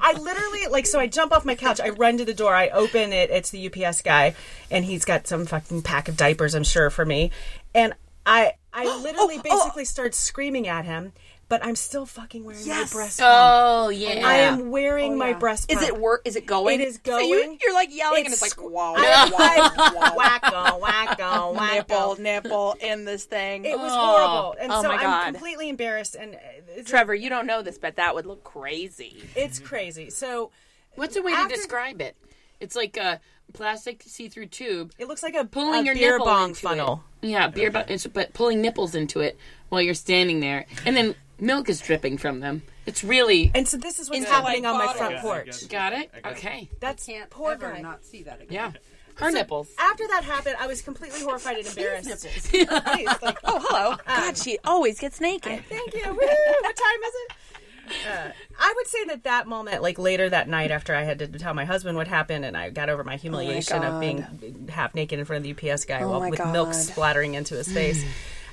I literally like so I jump off my couch, I run to the door, I open it, it's the UPS guy, and he's got some fucking pack of diapers, I'm sure, for me. And I I literally basically start screaming at him, but I'm still fucking wearing Yes. my breast pump. Oh yeah. I am wearing my breast Is pump. it work? Is it going? It is So you, going. you're like yelling, It's and it's like wow, wow, I, I, wacko, wacko, wow, nipple, wacko. nipple in this thing. It was horrible. And Oh so my God. I'm completely embarrassed and it's, Trevor, you don't know this, but that would look crazy. it's crazy. So What's a way After- to describe it? It's like a plastic see-through tube it looks like a pulling a your beer nipple bong into funnel. It. Yeah, beer bong, it's- but pulling nipples into it while you're standing there, and then milk is dripping from them. It's really And so this is what's Into, like, happening on my bottles. front Yeah, I porch. got it. Okay, That's Can't poor ever guy. not see that again. yeah, her nipples. After that happened, I was completely horrified and embarrassed. Please, like, Oh, hello. Um, God, she always gets naked. thank you. Woo! What time is it? Uh, I would say that that moment, like later that night, after I had to tell my husband what happened, and I got over Oh my humiliation of being half naked in front of the UPS guy while, my with God. milk splattering into his face,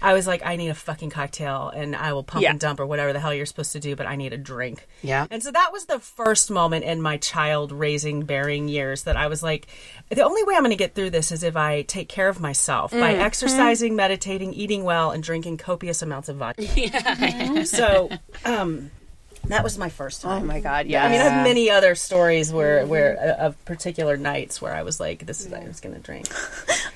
I was like, I need a fucking cocktail, and I will pump Yeah. and dump or whatever the hell you're supposed to do, but I need a drink. Yeah. And so that was the first moment in my child raising, bearing years that I was like, the only way I'm going to get through this is if I take care of myself by Mm-hmm. exercising, meditating, eating well, and drinking copious amounts of vodka. So, um, that was my first time. Oh my God, yeah. I mean, I have many other stories where, where uh, of particular nights where I was like, "This is I was going to drink."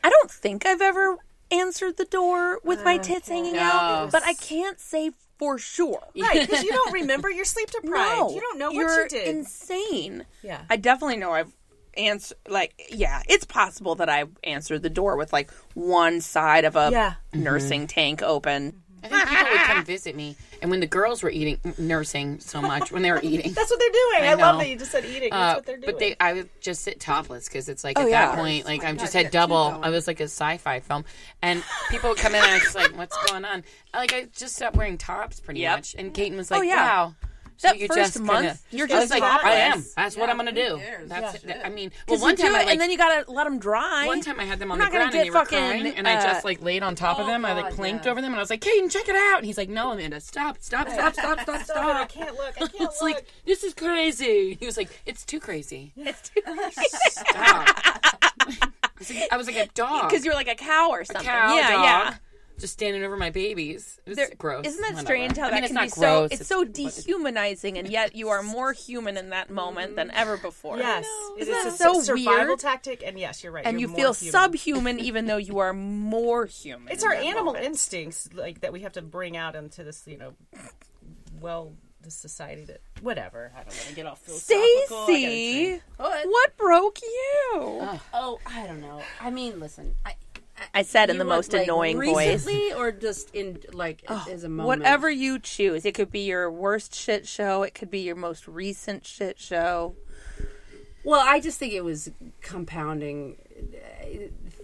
I don't think I've ever answered the door with Oh, my tits hanging out, but I can't say for sure. Right? Because you don't remember. You're sleep deprived. No, you don't know what you're you did. Insane. Yeah. I definitely know I've answered. Like, yeah, it's possible that I've answered the door with like one side of a Yeah. Mm-hmm. Mm-hmm. nursing tank open. I think people would come visit me, and when the girls were eating, nursing so much when they were eating. That's what they're doing. I, I love know. that you just said eating. Uh, That's what they're doing. But they, I would just sit topless because it's like Oh, at yeah. that point, like I'm just had double. I was like a sci-fi film, and people would come in and I was just like, "What's going on?" I, Like I just stopped wearing tops pretty Yep. much, and Caitlin was like, Oh, yeah. "Wow, So That you first just month, kinda- you're I was just like, helpless. I am. That's what I'm gonna do. cares? That's Yeah, it. I mean, well, Because one you time do I it like and then you gotta let them dry. one time I had them on We're not the gonna ground and they get were fucking, crying, and I uh, Oh, just like laid on top of them. I like God, planked yeah. over them, and I was like, "Caden, check it out!" And he's like, "No, Amanda, stop, stop, stop, stop, stop, I stop." can't look. I can't look. It's like this is crazy. He was like, "It's too crazy." It's too Stop. I was like- I was like a dog, because you're like a cow or something. cow, yeah, dog, yeah. just standing over my babies. It's There- gross. Isn't that Whatever. strange how I mean, that it's can not be so? gross, It's, so dehumanizing, and yet you are more human in that moment than ever before. Yes, Isn't that a so survival weird? tactic, and yes, you're right. and you you're feel more human. subhuman, even though you are more human. It's our animal instincts, like that we have to bring out into this, you know, well, the society that whatever. I don't want to get off philosophical. I gotta Stacy, drink. What? what broke you? Oh, I don't know. I mean, listen. I, I said in you the want, most like, annoying voice. Oh, recently or just in like as a moment. Whatever you choose, it could be your worst shit show. It could be your most recent shit show. Well, I just think it was compounding uh,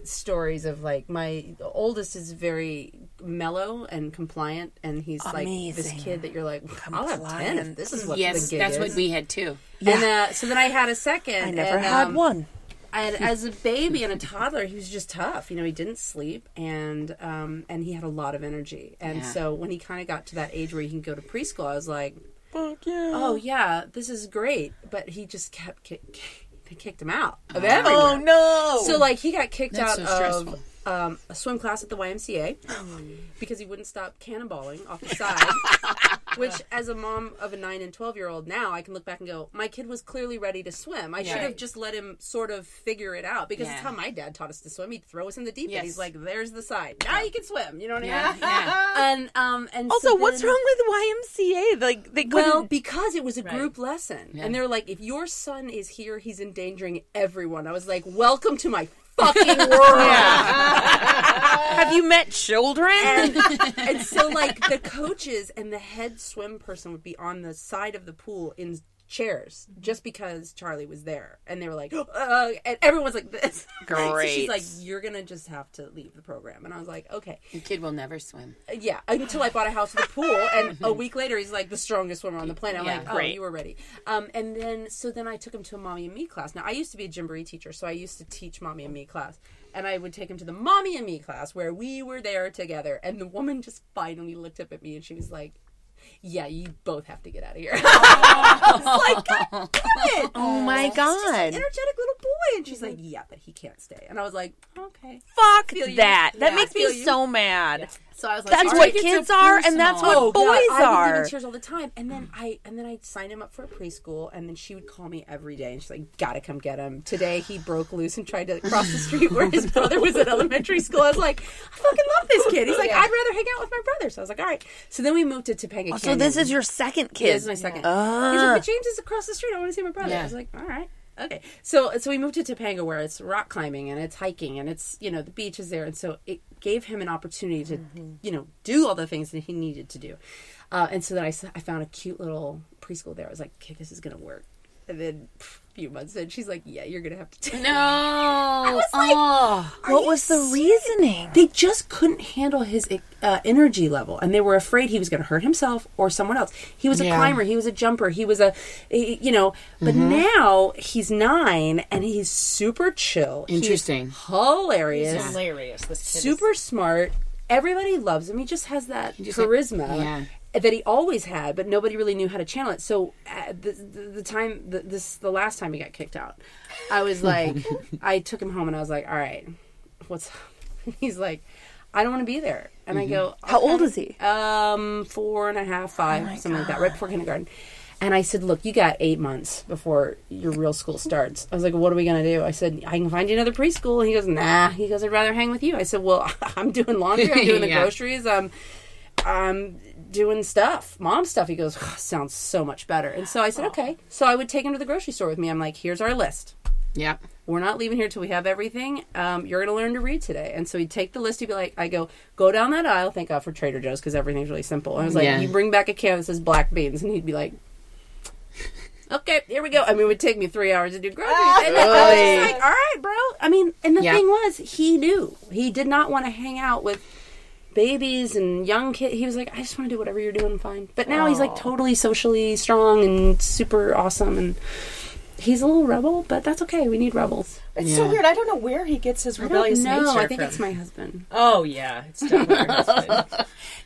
stories of like my the oldest is very mellow and compliant, and he's like this Amazing. kid that you're like, I'll have ten if this is what Yes, the gig that's is. what we had too. And uh, so then I had a second. I never and, had um, one. And as a baby and a toddler, he was just tough. You know, he didn't sleep, and um, and he had a lot of energy. And Yeah. so when he kind of got to that age where he can go to preschool, I was like, oh yeah, this is great. But he just kept kick, kick, they kicked him out of everywhere. Oh no! So like he got kicked That's out so stressful. of um, a swim class at the YMCA because he wouldn't stop cannonballing off the side. Which, as a mom of a nine and twelve year old now, I can look back and go, my kid was clearly ready to swim. I should have just let him sort of figure it out because it's Yeah. how my dad taught us to swim. He'd throw us in the deep Yes. end. He's like, "There's the side. Now you can swim." You know what I Yeah, mean? yeah. And um and also, so what's then- wrong with YMCA? Like they couldn't. well, because it was a group lesson. And they're like, if your son is here, he's endangering everyone. I was like, welcome to my fucking world. have you met children? And, and so, like, the coaches and the head swim person would be on the side of the pool in chairs just because Charlie was there. And they were like, uh, and everyone's like this. so Great. she's like, you're going to just have to leave the program. And I was like, okay. Your kid will never swim. Yeah, until I bought a house with a pool, and a week later he's like the strongest swimmer on the planet. I'm Yeah. like, oh, Great. you were ready. Um, and then so then I took him to a mommy and me class. Now I used to be a gymboree teacher, so I used to teach mommy and me class, and I would take him to the mommy and me class where we were there together. And the woman just finally looked up at me and she was like, "Yeah, you both have to get out of here." oh my god! Energetic little boy, and she's like, "Yeah, but he can't stay." And I was like, "Okay." Fuck you. that. That Yeah. makes Feel me you. so mad. So I was like, That's "All what right." kids are, and that's what Oh, God, boys I would are. leave in tears all the time, and then I and then I'd sign him up for a preschool, and then she would call me every day, and she's like, "Gotta come get him today." He broke loose and tried to cross the street where his brother was at elementary school. I was like, "I fucking love this kid." He's like, "I'd rather hang out with my brother." So I was like, "All right." So then we moved to Topanga Canyon. Oh, So this is your second Yeah, kid. this is my second. He's like, but James is across the street. I want to see my brother. Yeah. I was like, all right. Okay. So so we moved to Topanga where it's rock climbing and it's hiking and it's, you know, the beach is there. And so it gave him an opportunity to, you know, do all the things that he needed to do. Uh, and so then I, s- I found a cute little preschool there. I was like, okay, this is going to work. And then pff, a few months in, she's like, yeah, you're going to have to take No. oh. what was the reasoning? they just couldn't handle his uh, energy level and they were afraid he was going to hurt himself or someone else he was a Yeah. climber he was a jumper he was a he- you know but Mm-hmm. now he's nine and he's super chill He's Interesting. hilarious It's hilarious. This kid is- super smart everybody loves him he just has that just like- charisma yeah. that he always had but nobody really knew how to channel it so uh, the, the, the time the, this the last time he got kicked out i was like i took him home and i was like all right what's up he's like i don't want to be there and i go Mm-hmm. How old is he? um, four and a half, five, something like that, right before kindergarten. And I said, "Look, you got eight months before your real school starts." I was like, "What are we gonna do?" I said, "I can find you another preschool." And he goes, "Nah." He goes, "I'd rather hang with you." I said, "Well, I'm doing laundry. I'm doing the Yeah. groceries. I'm, I'm doing stuff, mom stuff." He goes, "Ugh, "Sounds so much better." And so I said, "Okay." So I would take him to the grocery store with me. I'm like, "Here's our list." Yeah. we're not leaving here till we have everything. Um, you're going to learn to read today. And so he'd take the list. He'd be like, I go, go down that aisle. Thank God for Trader Joe's because everything's really simple. And I was like, Yeah. you bring back a can that says black beans. And he'd be like, okay, here we go. I mean, it would take me three hours to do groceries. and then I was just like, all right, bro. I mean, and the Yeah. thing was, he knew. He did not want to hang out with babies and young kid. He was like, I just want to do whatever you're doing, fine. But now he's like totally socially strong and super awesome, and he's a little rebel, but that's okay. We need rebels. It's so weird. I don't know where he gets his rebellious nature No, I think from. it's my husband. Oh yeah, it's definitely your husband.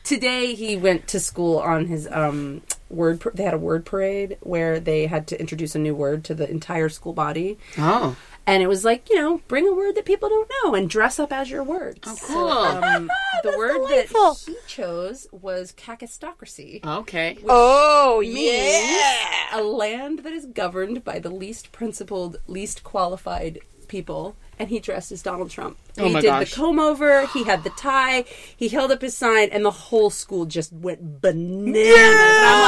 Today he went to school on his um word. Par- they had a word parade where they had to introduce a new word to the entire school body. Oh, and it was like you know bring a word that people don't know and dress up as your words cool. um, the word delightful. that he chose was kakistocracy okay. Oh a land that is governed by the least principled least qualified people and he dressed as Donald Trump. Oh he my did gosh. the comb over, he had the tie, he held up his sign, and the whole school just went bananas. And I'm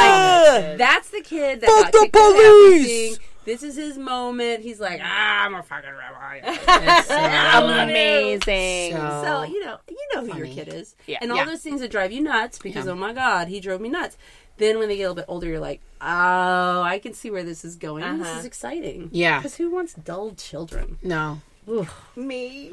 like, that's the kid that got the kicked out of police!" everything. This is his moment. He's like, ah, I'm a fucking rebel. It's, uh, Amazing. So you know, you know who your kid is, Oh, Yeah. and all Yeah. those things that drive you nuts because Yeah. oh my god, he drove me nuts. Then when they get a little bit older, you're like, oh, I can see where this is going. This Uh-huh. is exciting. Yeah. because who wants dull children? no. Me.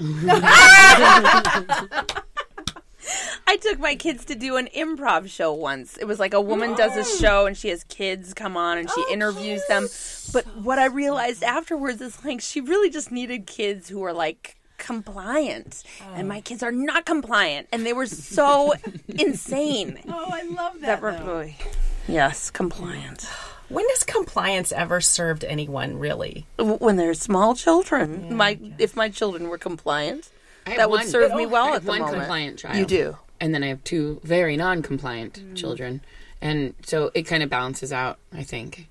I took my kids to do an improv show once. It was like a woman does Oh. a show and she has kids come on and she interviews them. But what I realized afterwards is like she really just needed kids who were like compliant. And Oh. my kids are not compliant and they were so insane. Oh, I love that. That were really- Yes, compliant. When has compliance ever served anyone really? W- When they're small children, my if my children were compliant, I have that would one- Oh, serve me well I at have the one moment. compliant child. Mm. You do. and then I have two very non-compliant children, and so it kind of balances out, I think.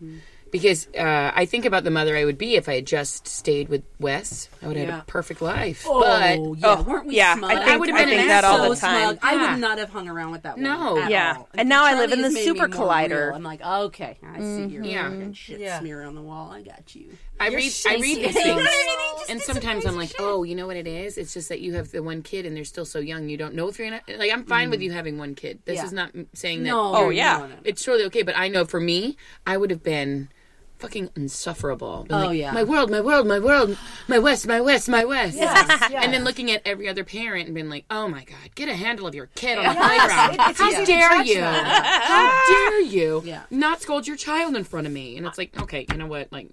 Because uh, I think about the mother I would be if I had just stayed with Wes. I would have had Yeah. a perfect life. oh, but yeah, oh, weren't we yeah, smug? I think- I would've I been an think that all so the time. smug. I Yeah. would not have hung around with that. No. woman at Yeah. all. And now I live Charlie in has the made me super more collider. Mm-hmm. real. I'm like, oh, okay, I see your Yeah. fucking shit Yeah. smear on the wall. I got you. I read, I read these shaking. things, and sometimes I'm like, oh, you know what it is? It's just that you have the one kid, and they're still so young. You don't know if you're gonna like. I'm fine with you having one kid. This Yeah. is not m- saying that. No, Oh, no, yeah. no, no, no. it's surely okay. But I know for me, I would have been fucking insufferable. Been Oh, like, yeah. my world, my world, my world, my west, my west, my west. Yes, And then looking at every other parent and being like, oh my god, get a handle of your kid on the playground. it's How easy to dare judge you? How dare you? Yeah. Not scold your child in front of me. And it's like, okay, you know what? Like,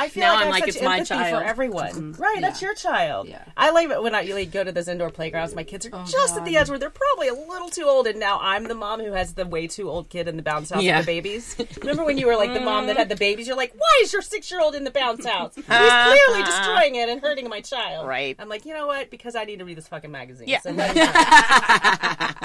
I feel Now like I I'm have like, such it's my empathy child. Mm-hmm. for everyone. Right, that's your child. Yeah. I like it when I like, go to those indoor playgrounds. My kids are Oh, just at the edge where they're probably a little too old, and now I'm the mom who has the way too old kid in the bounce house Yeah. with the babies. Remember when you were like the mom that had the babies? You're like, why is your six year old in the bounce house? He's clearly destroying it and hurting my child. Right. I'm like, you know what? Because I need to read this fucking magazine. Yeah. So let it happen.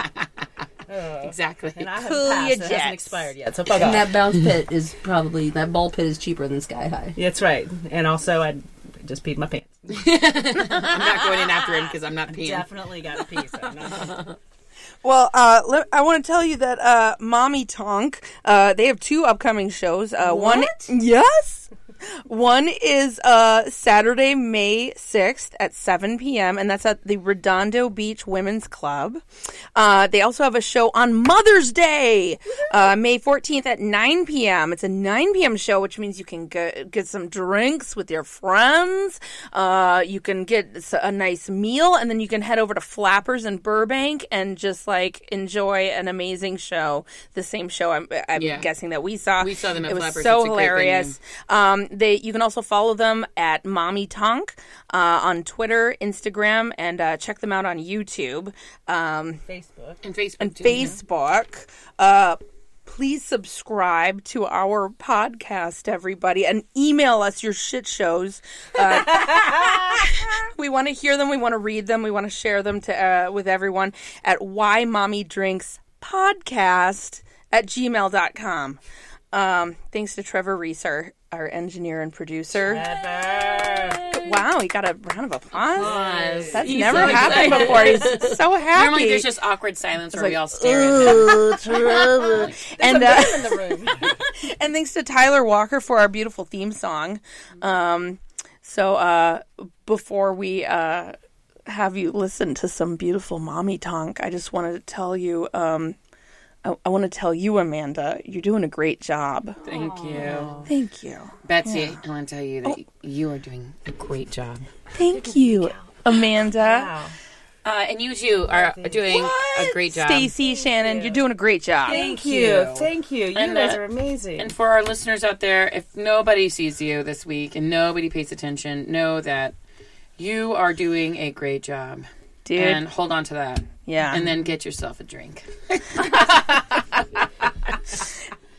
exactly. and I have Cool passed. your and It jets. hasn't expired yet, so fuck And off. that bounce pit is probably that ball pit is cheaper than Sky High. That's right. And also, I just peed my pants. I'm not going in after him because I'm not peeing. Definitely got a piece. I'm not- Well, uh, let, I want to tell you that uh, Mommy Tonk, uh, they have two upcoming shows. Uh, One, yes, one is uh, Saturday, May sixth at seven p.m., and that's at the Redondo Beach Women's Club. Uh, they also have a show on Mother's Day, uh, May fourteenth at nine p.m. It's a nine p.m. show, which means you can get, get some drinks with your friends. Uh, you can get s- a nice meal, and then you can head over to Flappers in Burbank and just like enjoy an amazing show. The same show I'm, I'm Yeah. guessing that we saw. We saw them at it was Flappers. So It's a great hilarious. Um, they you can also follow them at Mommy Tonk uh, on Twitter, Instagram, and uh, check them out on YouTube. Um, Facebook. And Facebook. too, yeah. Facebook. Uh, please subscribe to our podcast, everybody, and email us your shit shows. Uh, we want to hear them. We want to read them. We want to share them to uh, with everyone at Why Mommy Drinks Podcast at gmail.com. Um, thanks to Trevor Reese, our, our engineer and producer. Wow, he got a round of applause. That's never so happened excited. before. He's so happy. Normally, there's just awkward silence where we all stare at them. and uh, in the room. and thanks to Tyler Walker for our beautiful theme song. Um, so uh, before we uh, have you listen to some beautiful mommy tonk, I just wanted to tell you. Um, I, I want to tell you, Amanda, you're doing a great job. Thank you. Thank you. Betsy, I want to tell you that you are doing a great job. Thank you, Amanda. Uh, and you two are doing a great job. Stacy, Shannon, you. are doing a great job. Thank you. Thank you. You And, guys uh, are amazing. And for our listeners out there, if nobody sees you this week and nobody pays attention, know that you are doing a great job. Dude. And hold on to that. yeah. And then get yourself a drink.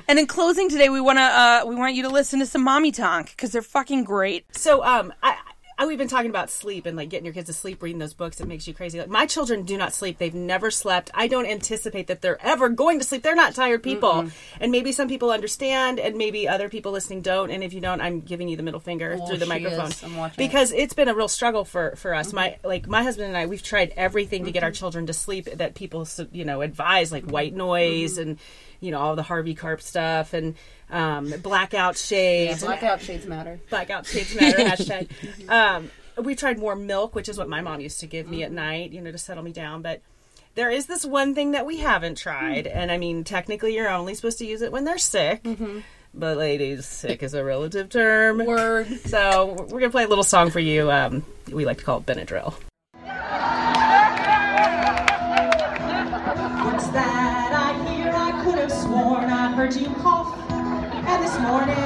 And in closing today, we want to uh, we want you to listen to some Mommy Tonk because they're fucking great. So, um, I, I we've been talking about sleep and like getting your kids to sleep, reading those books. It makes you crazy. Like my children do not sleep; they've never slept. I don't anticipate that they're ever going to sleep. They're not tired people, and maybe some people understand, and maybe other people listening don't. And if you don't, I'm giving you the middle finger through the she microphone is. I'm watching Mm-hmm. it. because it's been a real struggle for for us. My like my husband and I, we've tried everything to get Mm-hmm. our children to sleep that people su- you know advise, like white noise Mm-hmm. and you know all the Harvey Karp stuff and um, blackout shades and Blackout shades matter. blackout shades matter hashtag. Um, we tried warm milk, which is what my mom used to give me at night, you know, to settle me down. But there is this one thing that we haven't tried, and I mean, technically, you're only supposed to use it when they're sick. But ladies, sick is a relative term. Word. So we're gonna play a little song for you. Um, we like to call it Benadryl. What's that I hear? I could have sworn I heard you cough. And this morning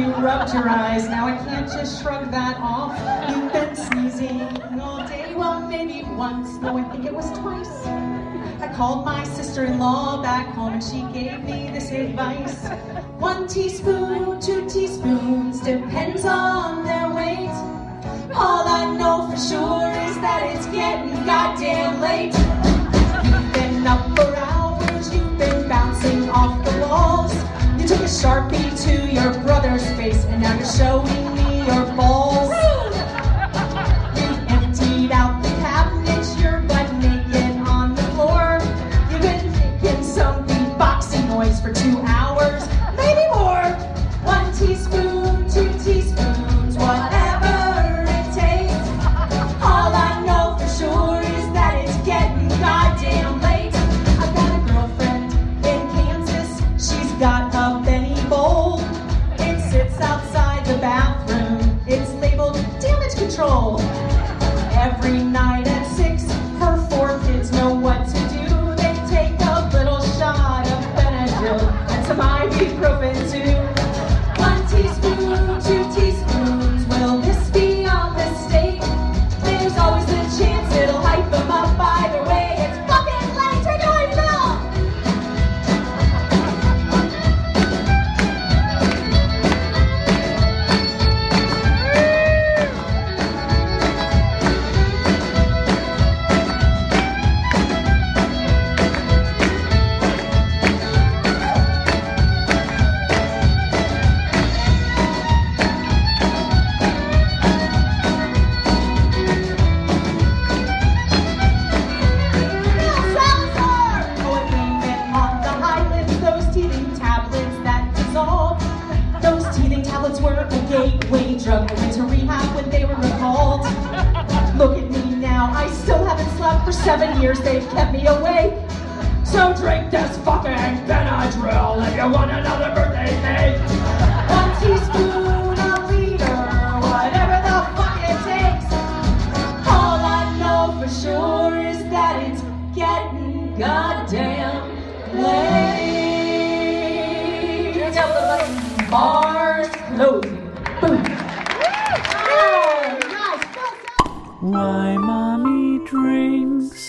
you rubbed your eyes. Now I can't just shrug that off. You've been sneezing all day. Well, maybe once. No, I think it was twice. I called my sister in law back home and she gave me this advice one teaspoon, two teaspoons, depends on their weight. All I know for sure is that it's getting goddamn late. You've been up for hours, you've been bouncing off the walls. You took a sharpie to your brother's face, and now you're showing me your balls. You've emptied out the cabinets, you're butt naked on the floor. You've been making some beatboxing noise for two hours, maybe more. One teaspoon, two teaspoons, whatever it takes. All I know for sure is that it's getting goddamn late. I've got a girlfriend in Kansas. She's got a Benny bowl. It sits outside the bathroom. It's labeled damage control. Every night at six, her four kids know what to do. They take a little shot of Benadryl and some ibuprofen too. One teaspoon, two teaspoons. Will this be a mistake? There's always the chance it'll hype them up either way. It's fucking late to do it all. Gateway drug I went to rehab when they were recalled. Look at me now, I still haven't slept for seven years. They've kept me awake. So drink this fucking Benadryl if you want another birthday cake. One teaspoon, a liter, whatever the fuck it takes. All I know for sure is that it's getting goddamn late. Bars closing. Boom. Oh, nice. Well done. Why mommy drinks